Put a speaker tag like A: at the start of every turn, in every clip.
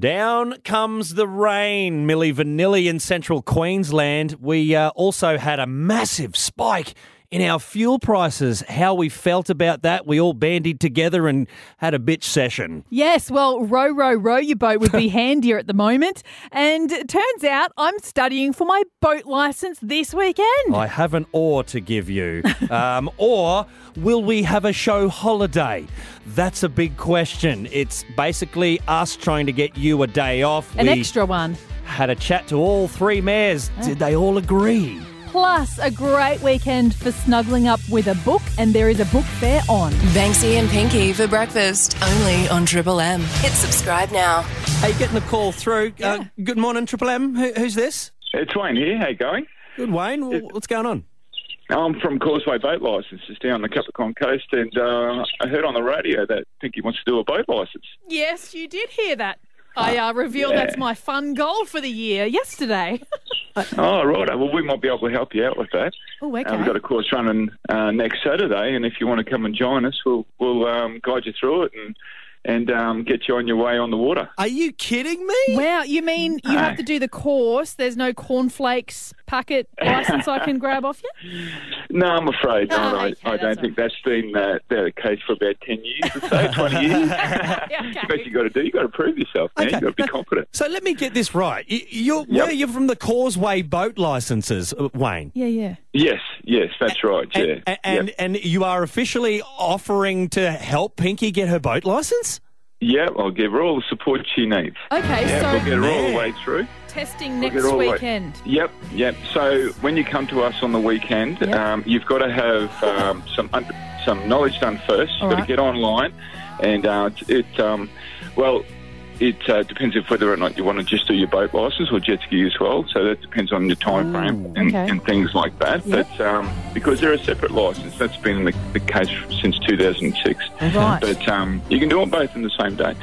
A: Down comes the rain, Millie Vanilli in central Queensland. We uh, also had a massive spike in our fuel prices. How we felt about that, we all bandied together and had a bitch session.
B: Yes, well, row, row, row your boat would be handier at the moment. And it turns out I'm studying for my boat license this
C: Oh,
B: weekend.
A: I have an or to give you. Um, or will we have a show holiday? That's a big question. It's basically us trying to get you a day off.
B: An
A: we
B: extra Ah. one.
A: had a chat to all three mayors. Did they all agree?
B: Plus, a great weekend for snuggling up with a book, and there is a book fair on.
D: Banksy and Pinky for breakfast, only on Triple M. Hit subscribe now.
A: Hey, getting the call through. Uh, good morning, Triple M. Who, who's this?
C: It's Wayne here. How you going?
A: Good Wayne. W- What's going on?
C: I'm from Causeway Boat Licenses down the Capricorn Coast, and uh, I heard on the radio that Pinky wants to do a boat license.
B: Yes, you did hear that. I uh, revealed
C: yeah.
B: that's my fun goal for the year yesterday.
C: Oh, right. Well, we might be able to help you out with that.
B: Oh, okay.
C: Uh, we've got a course running uh, next Saturday, and if you want to come and join us, we'll we'll um, guide you through it and and um, get you on your way on the water.
A: Are you kidding me?
B: Wow, you mean you have to do the course? There's no cornflakes packet license I can grab off you?
C: No, I'm afraid not.
B: Oh,
C: I,
B: okay,
C: I
B: that's
C: don't think that's been uh, the case for about ten years or so, twenty years.
B: Yeah,
C: But
B: okay.
C: you got to do. You got to prove yourself, man. You got to be confident.
A: So let me get this right. You, you're, Where you're from the Causeway boat licenses, uh, Wayne.
B: Yeah, yeah.
C: Yes, yes, that's right. Yeah,
A: And, and, and,
C: Yep.
A: and you are officially offering to help Pinky get her boat license?
C: yeah. I'll give her all the support she needs.
B: Okay,
C: Yeah, we'll
B: so
C: get her all
A: Man.
C: the way through.
B: testing
C: We'll
B: next
C: get her all the
B: weekend.
C: Way. Yep, yep. So when you come to us on the weekend,
B: Yep.
C: um, you've got to have um, some un- some knowledge done first. You've
B: All
C: got
B: right.
C: to get online, and uh, it- it um, well. It uh, depends if whether or not you want to just do your boat license or jet ski as well. So that depends on your time frame and,
B: Oh, okay.
C: and things like that.
B: Yep.
C: But um, because they're a separate license, that's been the, the case since 2006.
B: Right.
C: But um, you can do them both in the same day.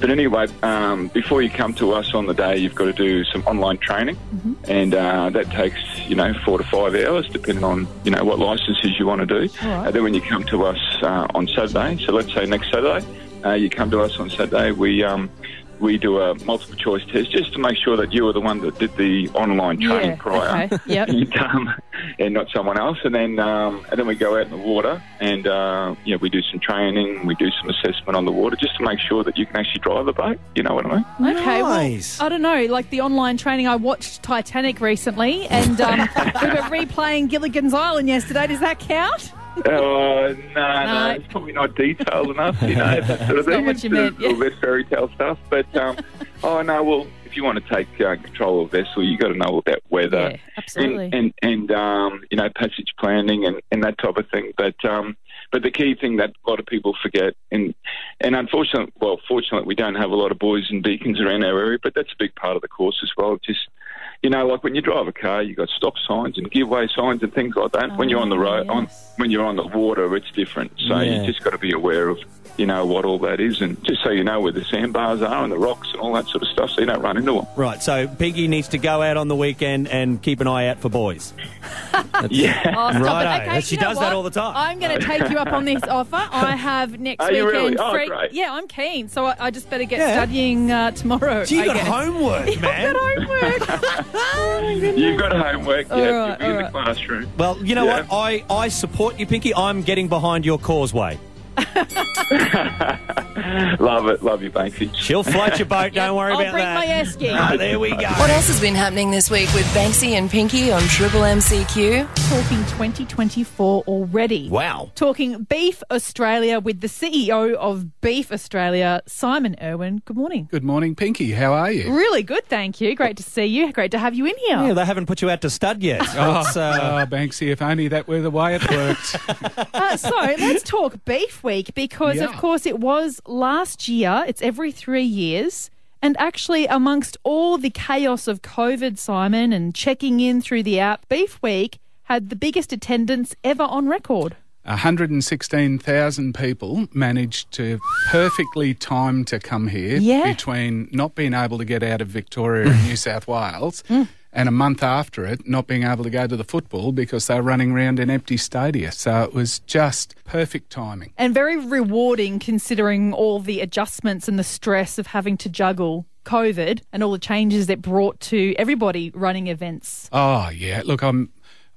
C: But anyway, um, before you come to us on the day, you've got to do some online training,
B: Mm-hmm.
C: and uh, that takes you know four to five hours, depending on you know what licenses you want to do.
B: right.
C: And then when you come to us uh, on Saturday, so let's say next Saturday, uh, you come to us on Saturday, we. Um, we do a multiple choice test just to make sure that you are the one that did the online training
B: Yeah,
C: prior
B: okay, yep.
C: and, um, and not someone else. And then um, and then we go out in the water and uh, you know, we do some training, we do some assessment on the water just to make sure that you can actually drive the boat. You know what I mean?
B: Okay,
A: Nice.
B: well, I don't know. Like the online training, I watched Titanic recently, and um, we were replaying Gilligan's Island yesterday. Does that count?
C: Oh, no,
B: No.
C: no, it's probably not detailed enough, you know, that sort
B: That's not
C: of thing.
B: what
C: It's
B: you
C: sort
B: meant,
C: of
B: yeah.
C: all that fairy tale stuff. But, um, oh, no, well, if you want to take uh, control of a vessel, you've got to know about weather
B: Yeah, absolutely.
C: and, and, and um, you know, passage planning and, and that type of thing. But, um, but the key thing that a lot of people forget, and, and unfortunately, well, fortunately, we don't have a lot of boys and beacons around our area, but that's a big part of the course as well. Just, you know, like when you drive a car, you've got stop signs and giveaway signs and things like that. when you're on the
B: Ah,
C: road, on,
B: yes.
C: when you're on the water, it's different. So
A: Yeah.
C: you just got to be aware of, you know, what all that is, and just so you know where the sandbars are and the rocks and all that sort of stuff, so you don't run into them.
A: Right, so Pinky needs to go out on the weekend and keep an eye out for boys.
C: Yeah.
B: Oh, stop
A: Righto.
B: it. Okay,
A: She
B: you know
A: does that
B: what?
A: all the time.
B: I'm going to take you up on this offer. I have next
C: Are you
B: weekend
C: really? Oh,
B: free.
C: great.
B: Yeah, I'm keen. So I, I just better get
A: Yeah.
B: studying uh, tomorrow.
A: Gee, you
B: I
A: got
B: guess.
A: homework, man.
B: I've got homework.
C: You've got homework.
B: All
C: yeah,
B: right,
C: you'll be in
B: all right.
C: the classroom.
A: Well, you know
C: Yeah.
A: what? I, I support you, Pinky. I'm getting behind your causeway.
C: Love it. Love you, Banksy.
A: She'll float your boat. Don't worry
B: I'll
A: about
B: bring
A: that.
B: my air ski.
A: Ah, there we go.
D: What else has been happening this week with Banksy and Pinky on Triple MCQ?
B: Talking 2024 already.
A: Wow.
B: Talking Beef Australia with the CEO of Beef Australia, Simon Irwin. Good morning.
E: Good morning, Pinky. How are you?
B: Really good, thank you. Great to see you. Great to have you in here.
A: Yeah, they haven't put you out to stud yet. It's, uh,
E: Oh, Banksy, if only that were the way it worked.
B: Uh, so let's talk Beef Week because, of
E: Yeah.
B: course, it was last year. It's every three years. And actually, amongst all the chaos of COVID, Simon, and checking in through the app, Beef Week had the biggest attendance ever on record.
E: 116,000 people managed to perfectly time to come here
B: Yeah.
E: between not being able to get out of Victoria and New South Wales and a month after it not being able to go to the football because they were running around in empty stadia. So it was just perfect timing.
B: And very rewarding considering all the adjustments and the stress of having to juggle COVID and all the changes that brought to everybody running events?
E: Oh yeah, look, I'm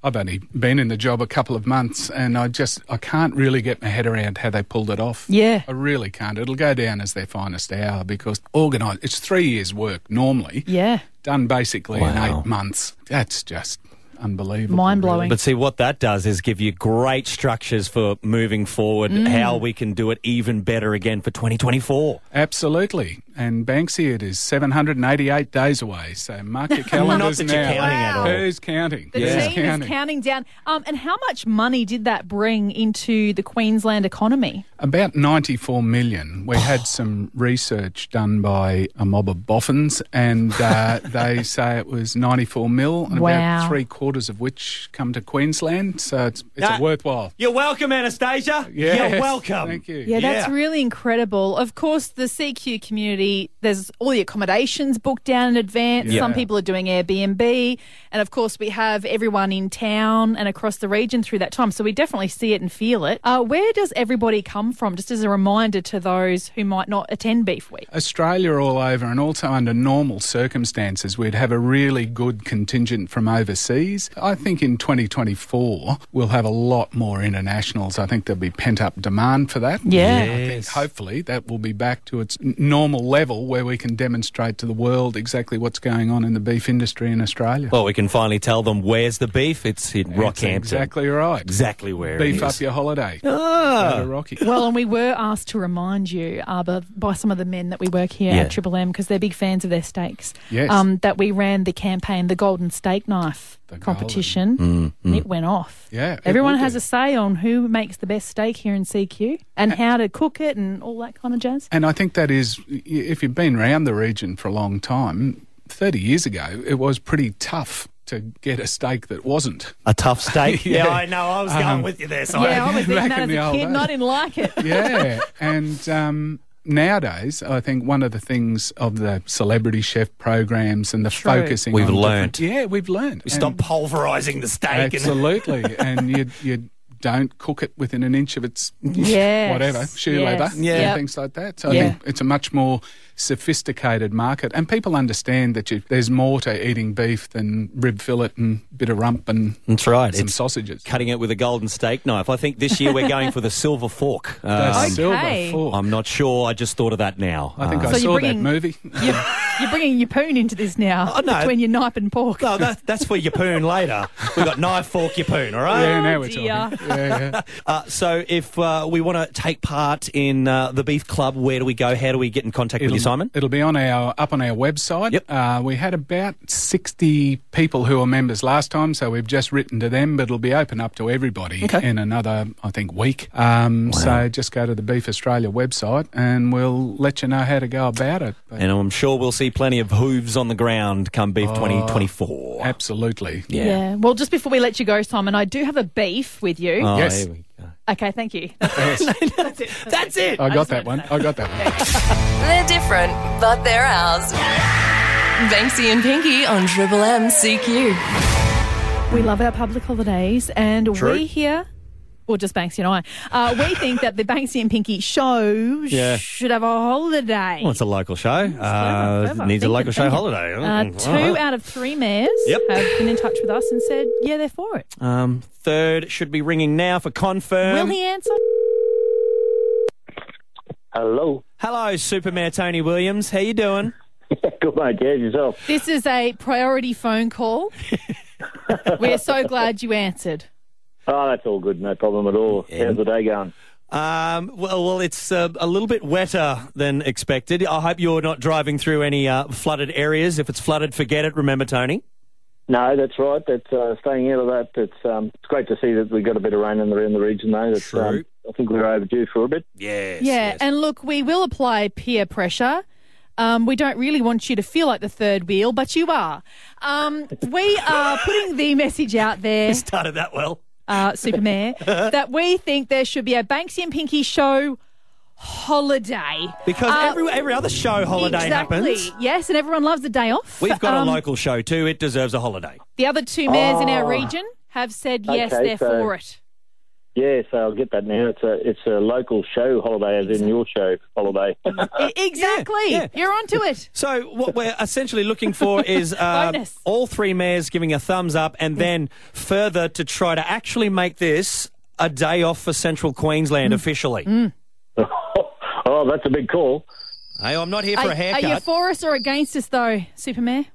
E: I've only been in the job a couple of months, and I just I can't really get my head around how they pulled it off.
B: Yeah.
E: I really can't. It'll go down as their finest hour because organised. It's three years' work normally
B: Yeah.
E: done basically in
A: Wow.
E: eight months. That's just unbelievable.
B: Mind-blowing.
A: But see, what that does is give you great structures for moving forward,
B: Mm.
A: how we can do it even better again for 2024.
E: really. Absolutely. And Banksy, it is 788 days away. So mark your calendars
A: that
E: now.
A: you're counting at all.
E: Who's counting?
B: The
E: Who's
B: team is counting down. Um, and how much money did that bring into the Queensland economy?
E: About 94 million.
B: Oh.
E: We had some research done by a mob of boffins, and uh, they say it was 94 mil, and
B: Wow.
E: about three quarters of which come to Queensland. So it's, it's
A: Ah.
E: a worthwhile.
A: You're welcome, Anastasia.
E: Yes,
A: You're welcome.
E: Thank you.
B: Yeah, that's
A: Yeah.
B: really incredible. Of course, the CQ community, there's all the accommodations booked down in advance.
E: Yeah.
B: Some people are doing Airbnb. And of course, we have everyone in town and across the region through that time. So we definitely see it and feel it. Uh, where does everybody come from? Just as a reminder to those who might not attend Beef Week.
E: Australia all over, and also under normal circumstances, we'd have a really good contingent from overseas. I think in 2024, we'll have a lot more internationals. I think there'll be pent up demand for that.
B: Yeah.
E: I think
A: Yes.
E: hopefully that will be back to its n- normal level where we can demonstrate to the world exactly what's going on in the beef industry in Australia.
A: Well, we can finally tell them where's the beef. It's in
E: That's
A: Rockhampton.
E: Exactly right.
A: Exactly where it
E: Beef
A: is.
E: up your holiday.
A: Ah.
E: Go to Rocky.
B: Well, and we were asked to remind you uh, by- by some of the men that we work here
A: Yeah.
B: at Triple M because they're big fans of their steaks.
E: Yes.
B: Um, that we ran the campaign, the Golden Steak Knife
E: The
A: Mm,
B: competition. and It went off.
E: Yeah, it
B: Everyone
E: would
B: has
E: do.
B: a say on who makes the best steak here in CQ and how to cook it and all that kind of jazz.
E: And I think that is, i- if you've been around the region for a long time, 30 years ago, it was pretty tough to get a steak that wasn't.
A: A tough steak. yeah.
E: Yeah.
A: I know. I was going
E: Um,
A: with you there. So
B: Yeah, I was eating
E: Back
B: that
E: in
B: as
E: the
B: a
E: old
B: kid and I
E: days.
B: didn't like it.
E: Yeah. and um, nowadays, I think one of the things of the celebrity chef programs and the
B: True.
E: focusing
A: We've
E: on different-
A: learnt.
E: Yeah, we've learned.
A: we stop
E: And-
A: pulverizing the steak. And,
E: Absolutely. and you, you don't cook it within an inch of its
B: Yes.
E: whatever, shoe
B: Yes.
E: leather,
A: Yeah.
E: and
B: Yep.
E: things like that. So
B: Yeah.
E: I think it's a much more sophisticated market, and people understand that you, there's more to eating beef than rib fillet and bit of rump and
A: that's right.
E: some
A: Mm. It's
E: sausages.
A: cutting it with a golden steak knife. I think this year we're going for the silver fork.
E: That's
A: Um,
E: silver
B: Okay.
E: fork.
A: I'm not sure. I just thought of that now.
E: I think
A: Uh,
E: I
B: So you're
E: saw
B: bringing-
E: that movie.
B: You're, you're bringing your poon into this now
A: Oh, no.
B: between your knife and pork.
A: No, that, that's for your poon later. We've got knife, fork, your poon, all right?
E: yeah, now we're
B: Oh, dear.
E: talking. Yeah, yeah.
A: Uh, so if uh, we want to take part in uh, the Beef Club, where do we go? How do we get in contact with you, Simon?
E: It'll be on our up on our website.
A: Yep.
E: Uh, we had about sixty people who were members last time, so we've just written to them, but it'll be open up to everybody in another, I think, week. Um, So just go to the Beef Australia website, and we'll let you know how to go about it. But
A: And I'm sure we'll see plenty of hooves on the ground come
E: Oh,
A: Beef 2024.
E: absolutely.
A: yeah.
B: yeah. Well, just before we let you go, Simon, I do have a beef with you.
A: Oh,
E: Yes.
A: here we go.
B: Okay, thank you. That's it.
A: That's it.
E: I got that one. I got that one.
D: They're different, but they're ours. Banksy and Pinky on Triple M CQ.
B: We love our public holidays, and
A: True.
B: we here, well, just Banksy and I, uh, we think that the Banksy and Pinky show
A: Yeah.
B: should have a holiday.
A: Well, it's a local show. Uh,
B: clever.
A: Needs a
B: Think
A: local
B: it,
A: show
B: think it.
A: holiday.
B: uh,
A: Mm, all
B: two
A: right.
B: out of three mayors
A: Yep.
B: have been in touch with us and said, yeah, they're for it.
A: Um, third should be ringing now for confirm.
B: Will he answer?
F: Hello.
A: Hello, Superman Tony Williams. How you doing?
F: Good mate, yeah, yourself.
B: This is a priority phone call. We're so glad you answered.
F: Oh, that's all good, no problem at all. How's the day going?
A: Um, well, well, it's uh, a little bit wetter than expected. I hope you're not driving through any uh, flooded areas. If it's flooded, forget it. Remember, Tony.
F: No, that's right. That's uh, staying out of that. It's um, it's great to see that we got a bit of rain in the, in the region though. That's,
A: True.
F: Um, I think we were overdue for a bit.
A: Yes.
B: Yeah, and look, we will apply peer pressure. Um, we don't really want you to feel like the third wheel, but you are. Um, we are putting the message out there,
A: Started that well.
B: uh, Supermare, that we think there should be a Banksy and Pinky show holiday.
A: Because
B: Uh,
A: every every other show holiday
B: exactly.
A: happens.
B: Yes, and everyone loves a day off.
A: We've got
B: Um,
A: a local show too. It deserves a holiday.
B: The other two mayors in our region have said yes,
F: Ah. Okay,
B: they're
F: so-
B: for it.
F: Yes, I'll get that now. It's a it's a local show holiday, as in your show holiday.
B: E- exactly.
A: Uh, yeah.
B: You're onto it.
A: So what we're essentially looking for is uh,
B: Bonus.
A: all three mayors giving a thumbs up, and then further to try to actually make this a day off for Central
B: Mm.
A: Queensland officially.
F: oh, that's a big call.
A: Hey, I'm not here for
B: Are,
A: a
B: are
A: haircut.
B: you for us or against us, though, Supermare?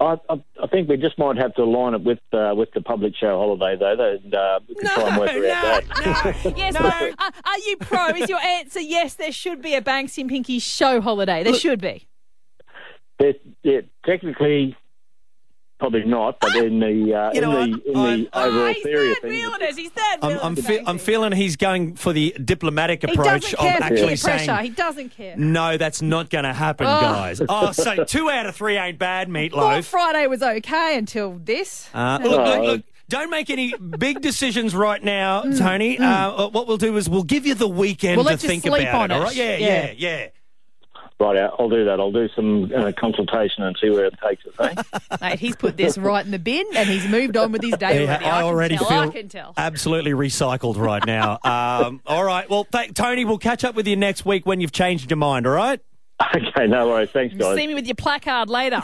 F: I, I, I think we just might have to line it with uh, with the public show holiday, though. And uh, we can try and work around that.
A: no,
B: Yes. but Are, are you pro? Is your answer yes? There should be a Banksy and Pinky show holiday. There should be.
F: There's, yeah, technically, probably not. But in the uh,
A: You know
F: in
A: what?
F: the in the
A: I'm-
F: overall
B: he's
F: theory
B: third
F: of things,
B: wheeling us. He's third
A: I'm,
B: wheeling
A: I'm,
B: us,
A: fe- I'm
B: Banksy.
A: feeling he's going for the diplomatic
B: He
A: approach
B: doesn't
A: of
B: care for
A: actually
B: peer
A: saying,
B: pressure. He doesn't care.
A: "No, that's not going to happen, guys." Oh, so two out of three ain't bad,
B: Thought
A: meatloaf.
B: Friday was okay until this.
A: Uh, look, look, look, don't make any big decisions right now, Tony. Uh, what we'll do is we'll give you the weekend
B: Mm. We'll
A: to
B: let you
A: think
B: sleep
A: about
B: on
A: it.
B: it.
A: All right? Yeah, yeah,
B: Yeah.
A: yeah.
F: right? I'll- I'll do that. I'll do some uh, consultation and see where it takes us. Eh?
B: Mate, he's put this right in the bin and he's moved on with his day.
A: Yeah,
B: already. I, can tell, I can tell.
A: absolutely recycled right now. um, all right. Well, th- Tony, we'll catch up with you next week when you've changed your mind. All right.
F: okay, no worries. Thanks, guys.
B: See me with your placard later.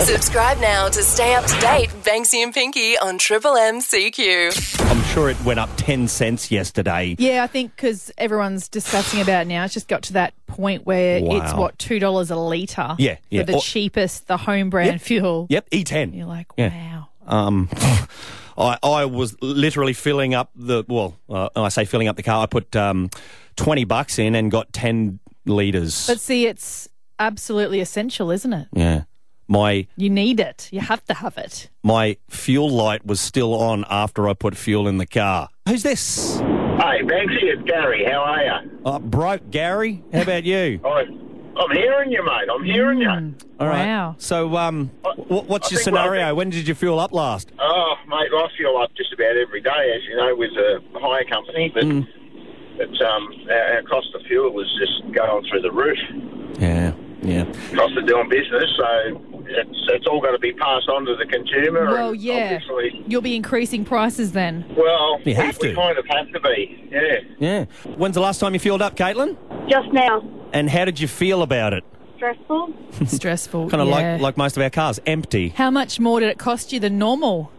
D: Subscribe now to stay up to date. Banksy and Pinky on Triple MCQ.
A: I'm sure it went up ten cents yesterday.
B: yeah, I think because everyone's discussing about it now, it's just got to that point where
A: Wow.
B: it's what two dollars a litre.
A: Yeah, yeah.
B: for the
A: Or-
B: cheapest, the home brand fuel.
A: Yep, E E10.
B: You're like,
A: Yeah.
B: wow.
A: Um, I I was literally filling up the well. Uh, I say filling up the car. I put um, twenty bucks in and got ten liters.
B: But see, it's absolutely essential, isn't it?
A: yeah, my
B: You need it. You have to have it.
A: my fuel light was still on after I put fuel in the car. Who's this?
G: Hey, Banksy, it's Gary. How are you?
A: Uh, broke Gary. How about you?
G: I'm, I'm hearing you, mate. I'm hearing you.
A: All right.
B: Wow.
A: So, um, wh- what's
G: I
A: your
G: think we're
A: scenario?
G: okay.
A: When did you fuel up last?
G: Oh, mate, I feel up just about every day, as you know, with a hire company, but
A: Hmm.
G: it's, um, our, our cost of fuel is just going through the roof.
A: Yeah. Yeah.
G: Cost of doing business, so it's, it's all got to be passed on to the consumer.
B: Well,
G: and
B: yeah.
G: Obviously,
B: You'll be increasing prices then.
G: well,
A: You
G: we,
A: have
G: we
A: to.
G: kind of have to be, yeah.
A: Yeah. When's the last time you fueled up, Caitlin?
H: Just now.
A: And how did you feel about it?
H: Stressful.
B: Stressful.
A: Kind of
B: yeah.
A: like like most of our cars, empty.
B: How much more did it cost you than normal?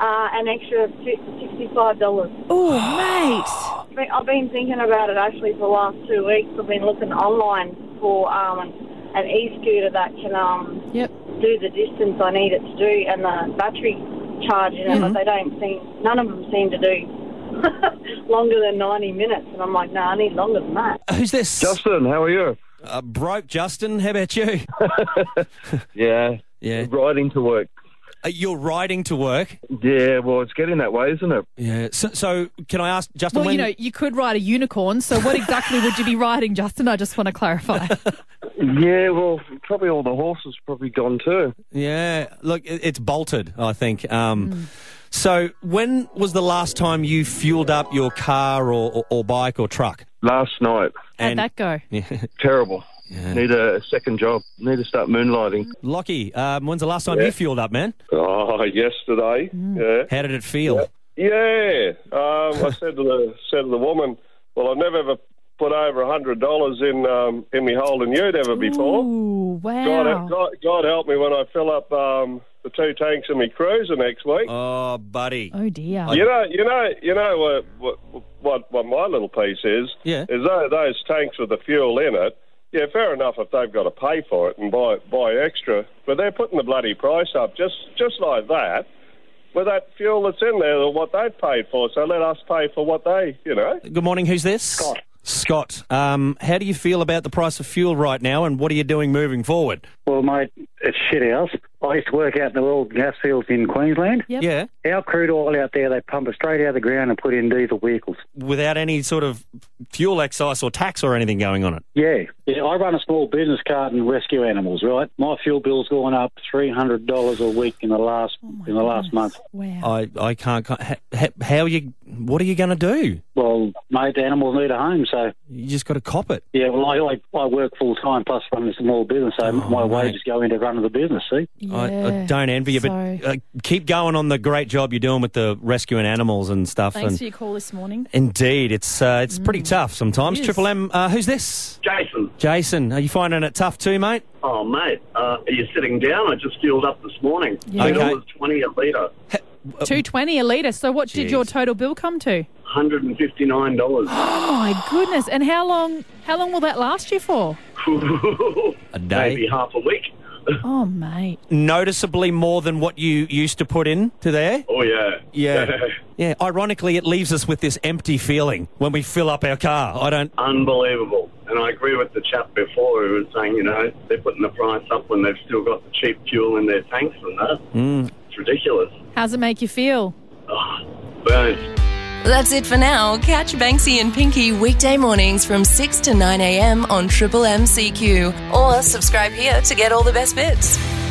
H: Uh, an extra $65.
B: Oh, mate.
H: I mean, I've been thinking about it actually for the last two weeks. I've been looking online for um, an e scooter that can um,
B: Yep.
H: do the distance I need it to do and the battery charge in it, but they don't seem, none of them seem to do longer than 90 minutes. And I'm like, no, I need longer than that.
A: Who's this?
I: Justin, how are you?
A: Uh, broke Justin. How about you?
I: Yeah,
A: Yeah.
I: riding to work.
A: Uh, you're riding to work.
I: Yeah, well, it's getting that way, isn't it?
A: Yeah. So, so can I ask Justin?
B: Well,
A: when,
B: you know, you could ride a unicorn. So, what exactly would you be riding, Justin? I just want to clarify.
I: Yeah, well, probably all the horses probably gone too.
A: Yeah. Look, it, it's bolted. I think. Um,
B: Hmm.
A: So, when was the last time you fueled up your car or, or, or bike or truck?
I: Last night,
B: How'd that go?
I: terrible. Need a second job. Need to start moonlighting.
A: Lockie, um, when's the last time you fueled up, man?
I: Oh, yesterday. Yeah,
A: How did it feel?
I: yeah. Um, I said to the said to the woman, well, I've never ever put over a hundred dollars in um, in me holding you'd ever before.
B: Ooh, wow.
I: God, God, God help me when I fill up um, the two tanks in me cruiser next week.
A: Oh, buddy.
B: Oh, dear.
I: You know, you know, you know what what what, what my little piece is.
A: Yeah.
I: Is tho- those tanks with the fuel in it? Yeah, fair enough if they've got to pay for it and buy buy extra, but they're putting the bloody price up just just like that. With that fuel that's in there, or what they've paid for, so let us pay for what they, you know.
A: Good morning. Who's this? Scott. Scott, um, how do you feel about the price of fuel right now, and what are you doing moving forward?
J: Well, mate, it's shit house. I used to work out in the oil and gas fields in Queensland.
B: Yep.
A: Yeah,
J: Our crude oil out there, they pump it straight out of the ground and put in diesel vehicles.
A: without any sort of fuel excise or tax or anything going on it.
J: Yeah. yeah I run a small business cart and rescue animals, right? My fuel bill's gone up $300 a week in the last in the last month.
B: Wow.
A: I, I can't. can't- ha- ha- How are you? what are you going to do?
F: Well, mate, the animals need a home, so
A: you just got to cop it.
F: Yeah, well, I I, I work full time plus run a small business, so my wages go into running the business. See,
A: I, I don't envy you, but uh, keep going on the great job you're doing with the rescuing animals and stuff.
B: Thanks
A: and
B: for your call this morning.
A: Indeed, it's uh, it's pretty tough sometimes.
B: It is.
A: Triple M, uh, who's this?
I: Jason.
A: Jason, are you finding it tough too, mate?
I: Oh, mate, uh, are you sitting down? I just fueled up this morning.
A: Yeah. Okay.
I: twenty a litre.
A: Uh,
B: Two twenty a litre. So what did
I: Jeez.
B: your total bill come to?
I: Hundred and fifty nine dollars.
B: Oh my goodness! And how long? How long will that last you for?
A: A day.
I: Maybe half a week.
B: Oh mate.
A: Noticeably more than what you used to put in to there.
I: Oh yeah.
A: Yeah. yeah. Ironically, it leaves us with this empty feeling when we fill up our car. I don't.
I: Unbelievable. And I agree with the chap before who was saying, you know, they're putting the price up when they've still got the cheap fuel in their tanks and that.
A: Mm.
I: It's ridiculous. Oh,
B: How's it make you feel?
I: Burns.
D: That's it for now. Catch Banksy and Pinky weekday mornings from 6 to 9 a.m. on Triple MCQ or subscribe here to get all the best bits.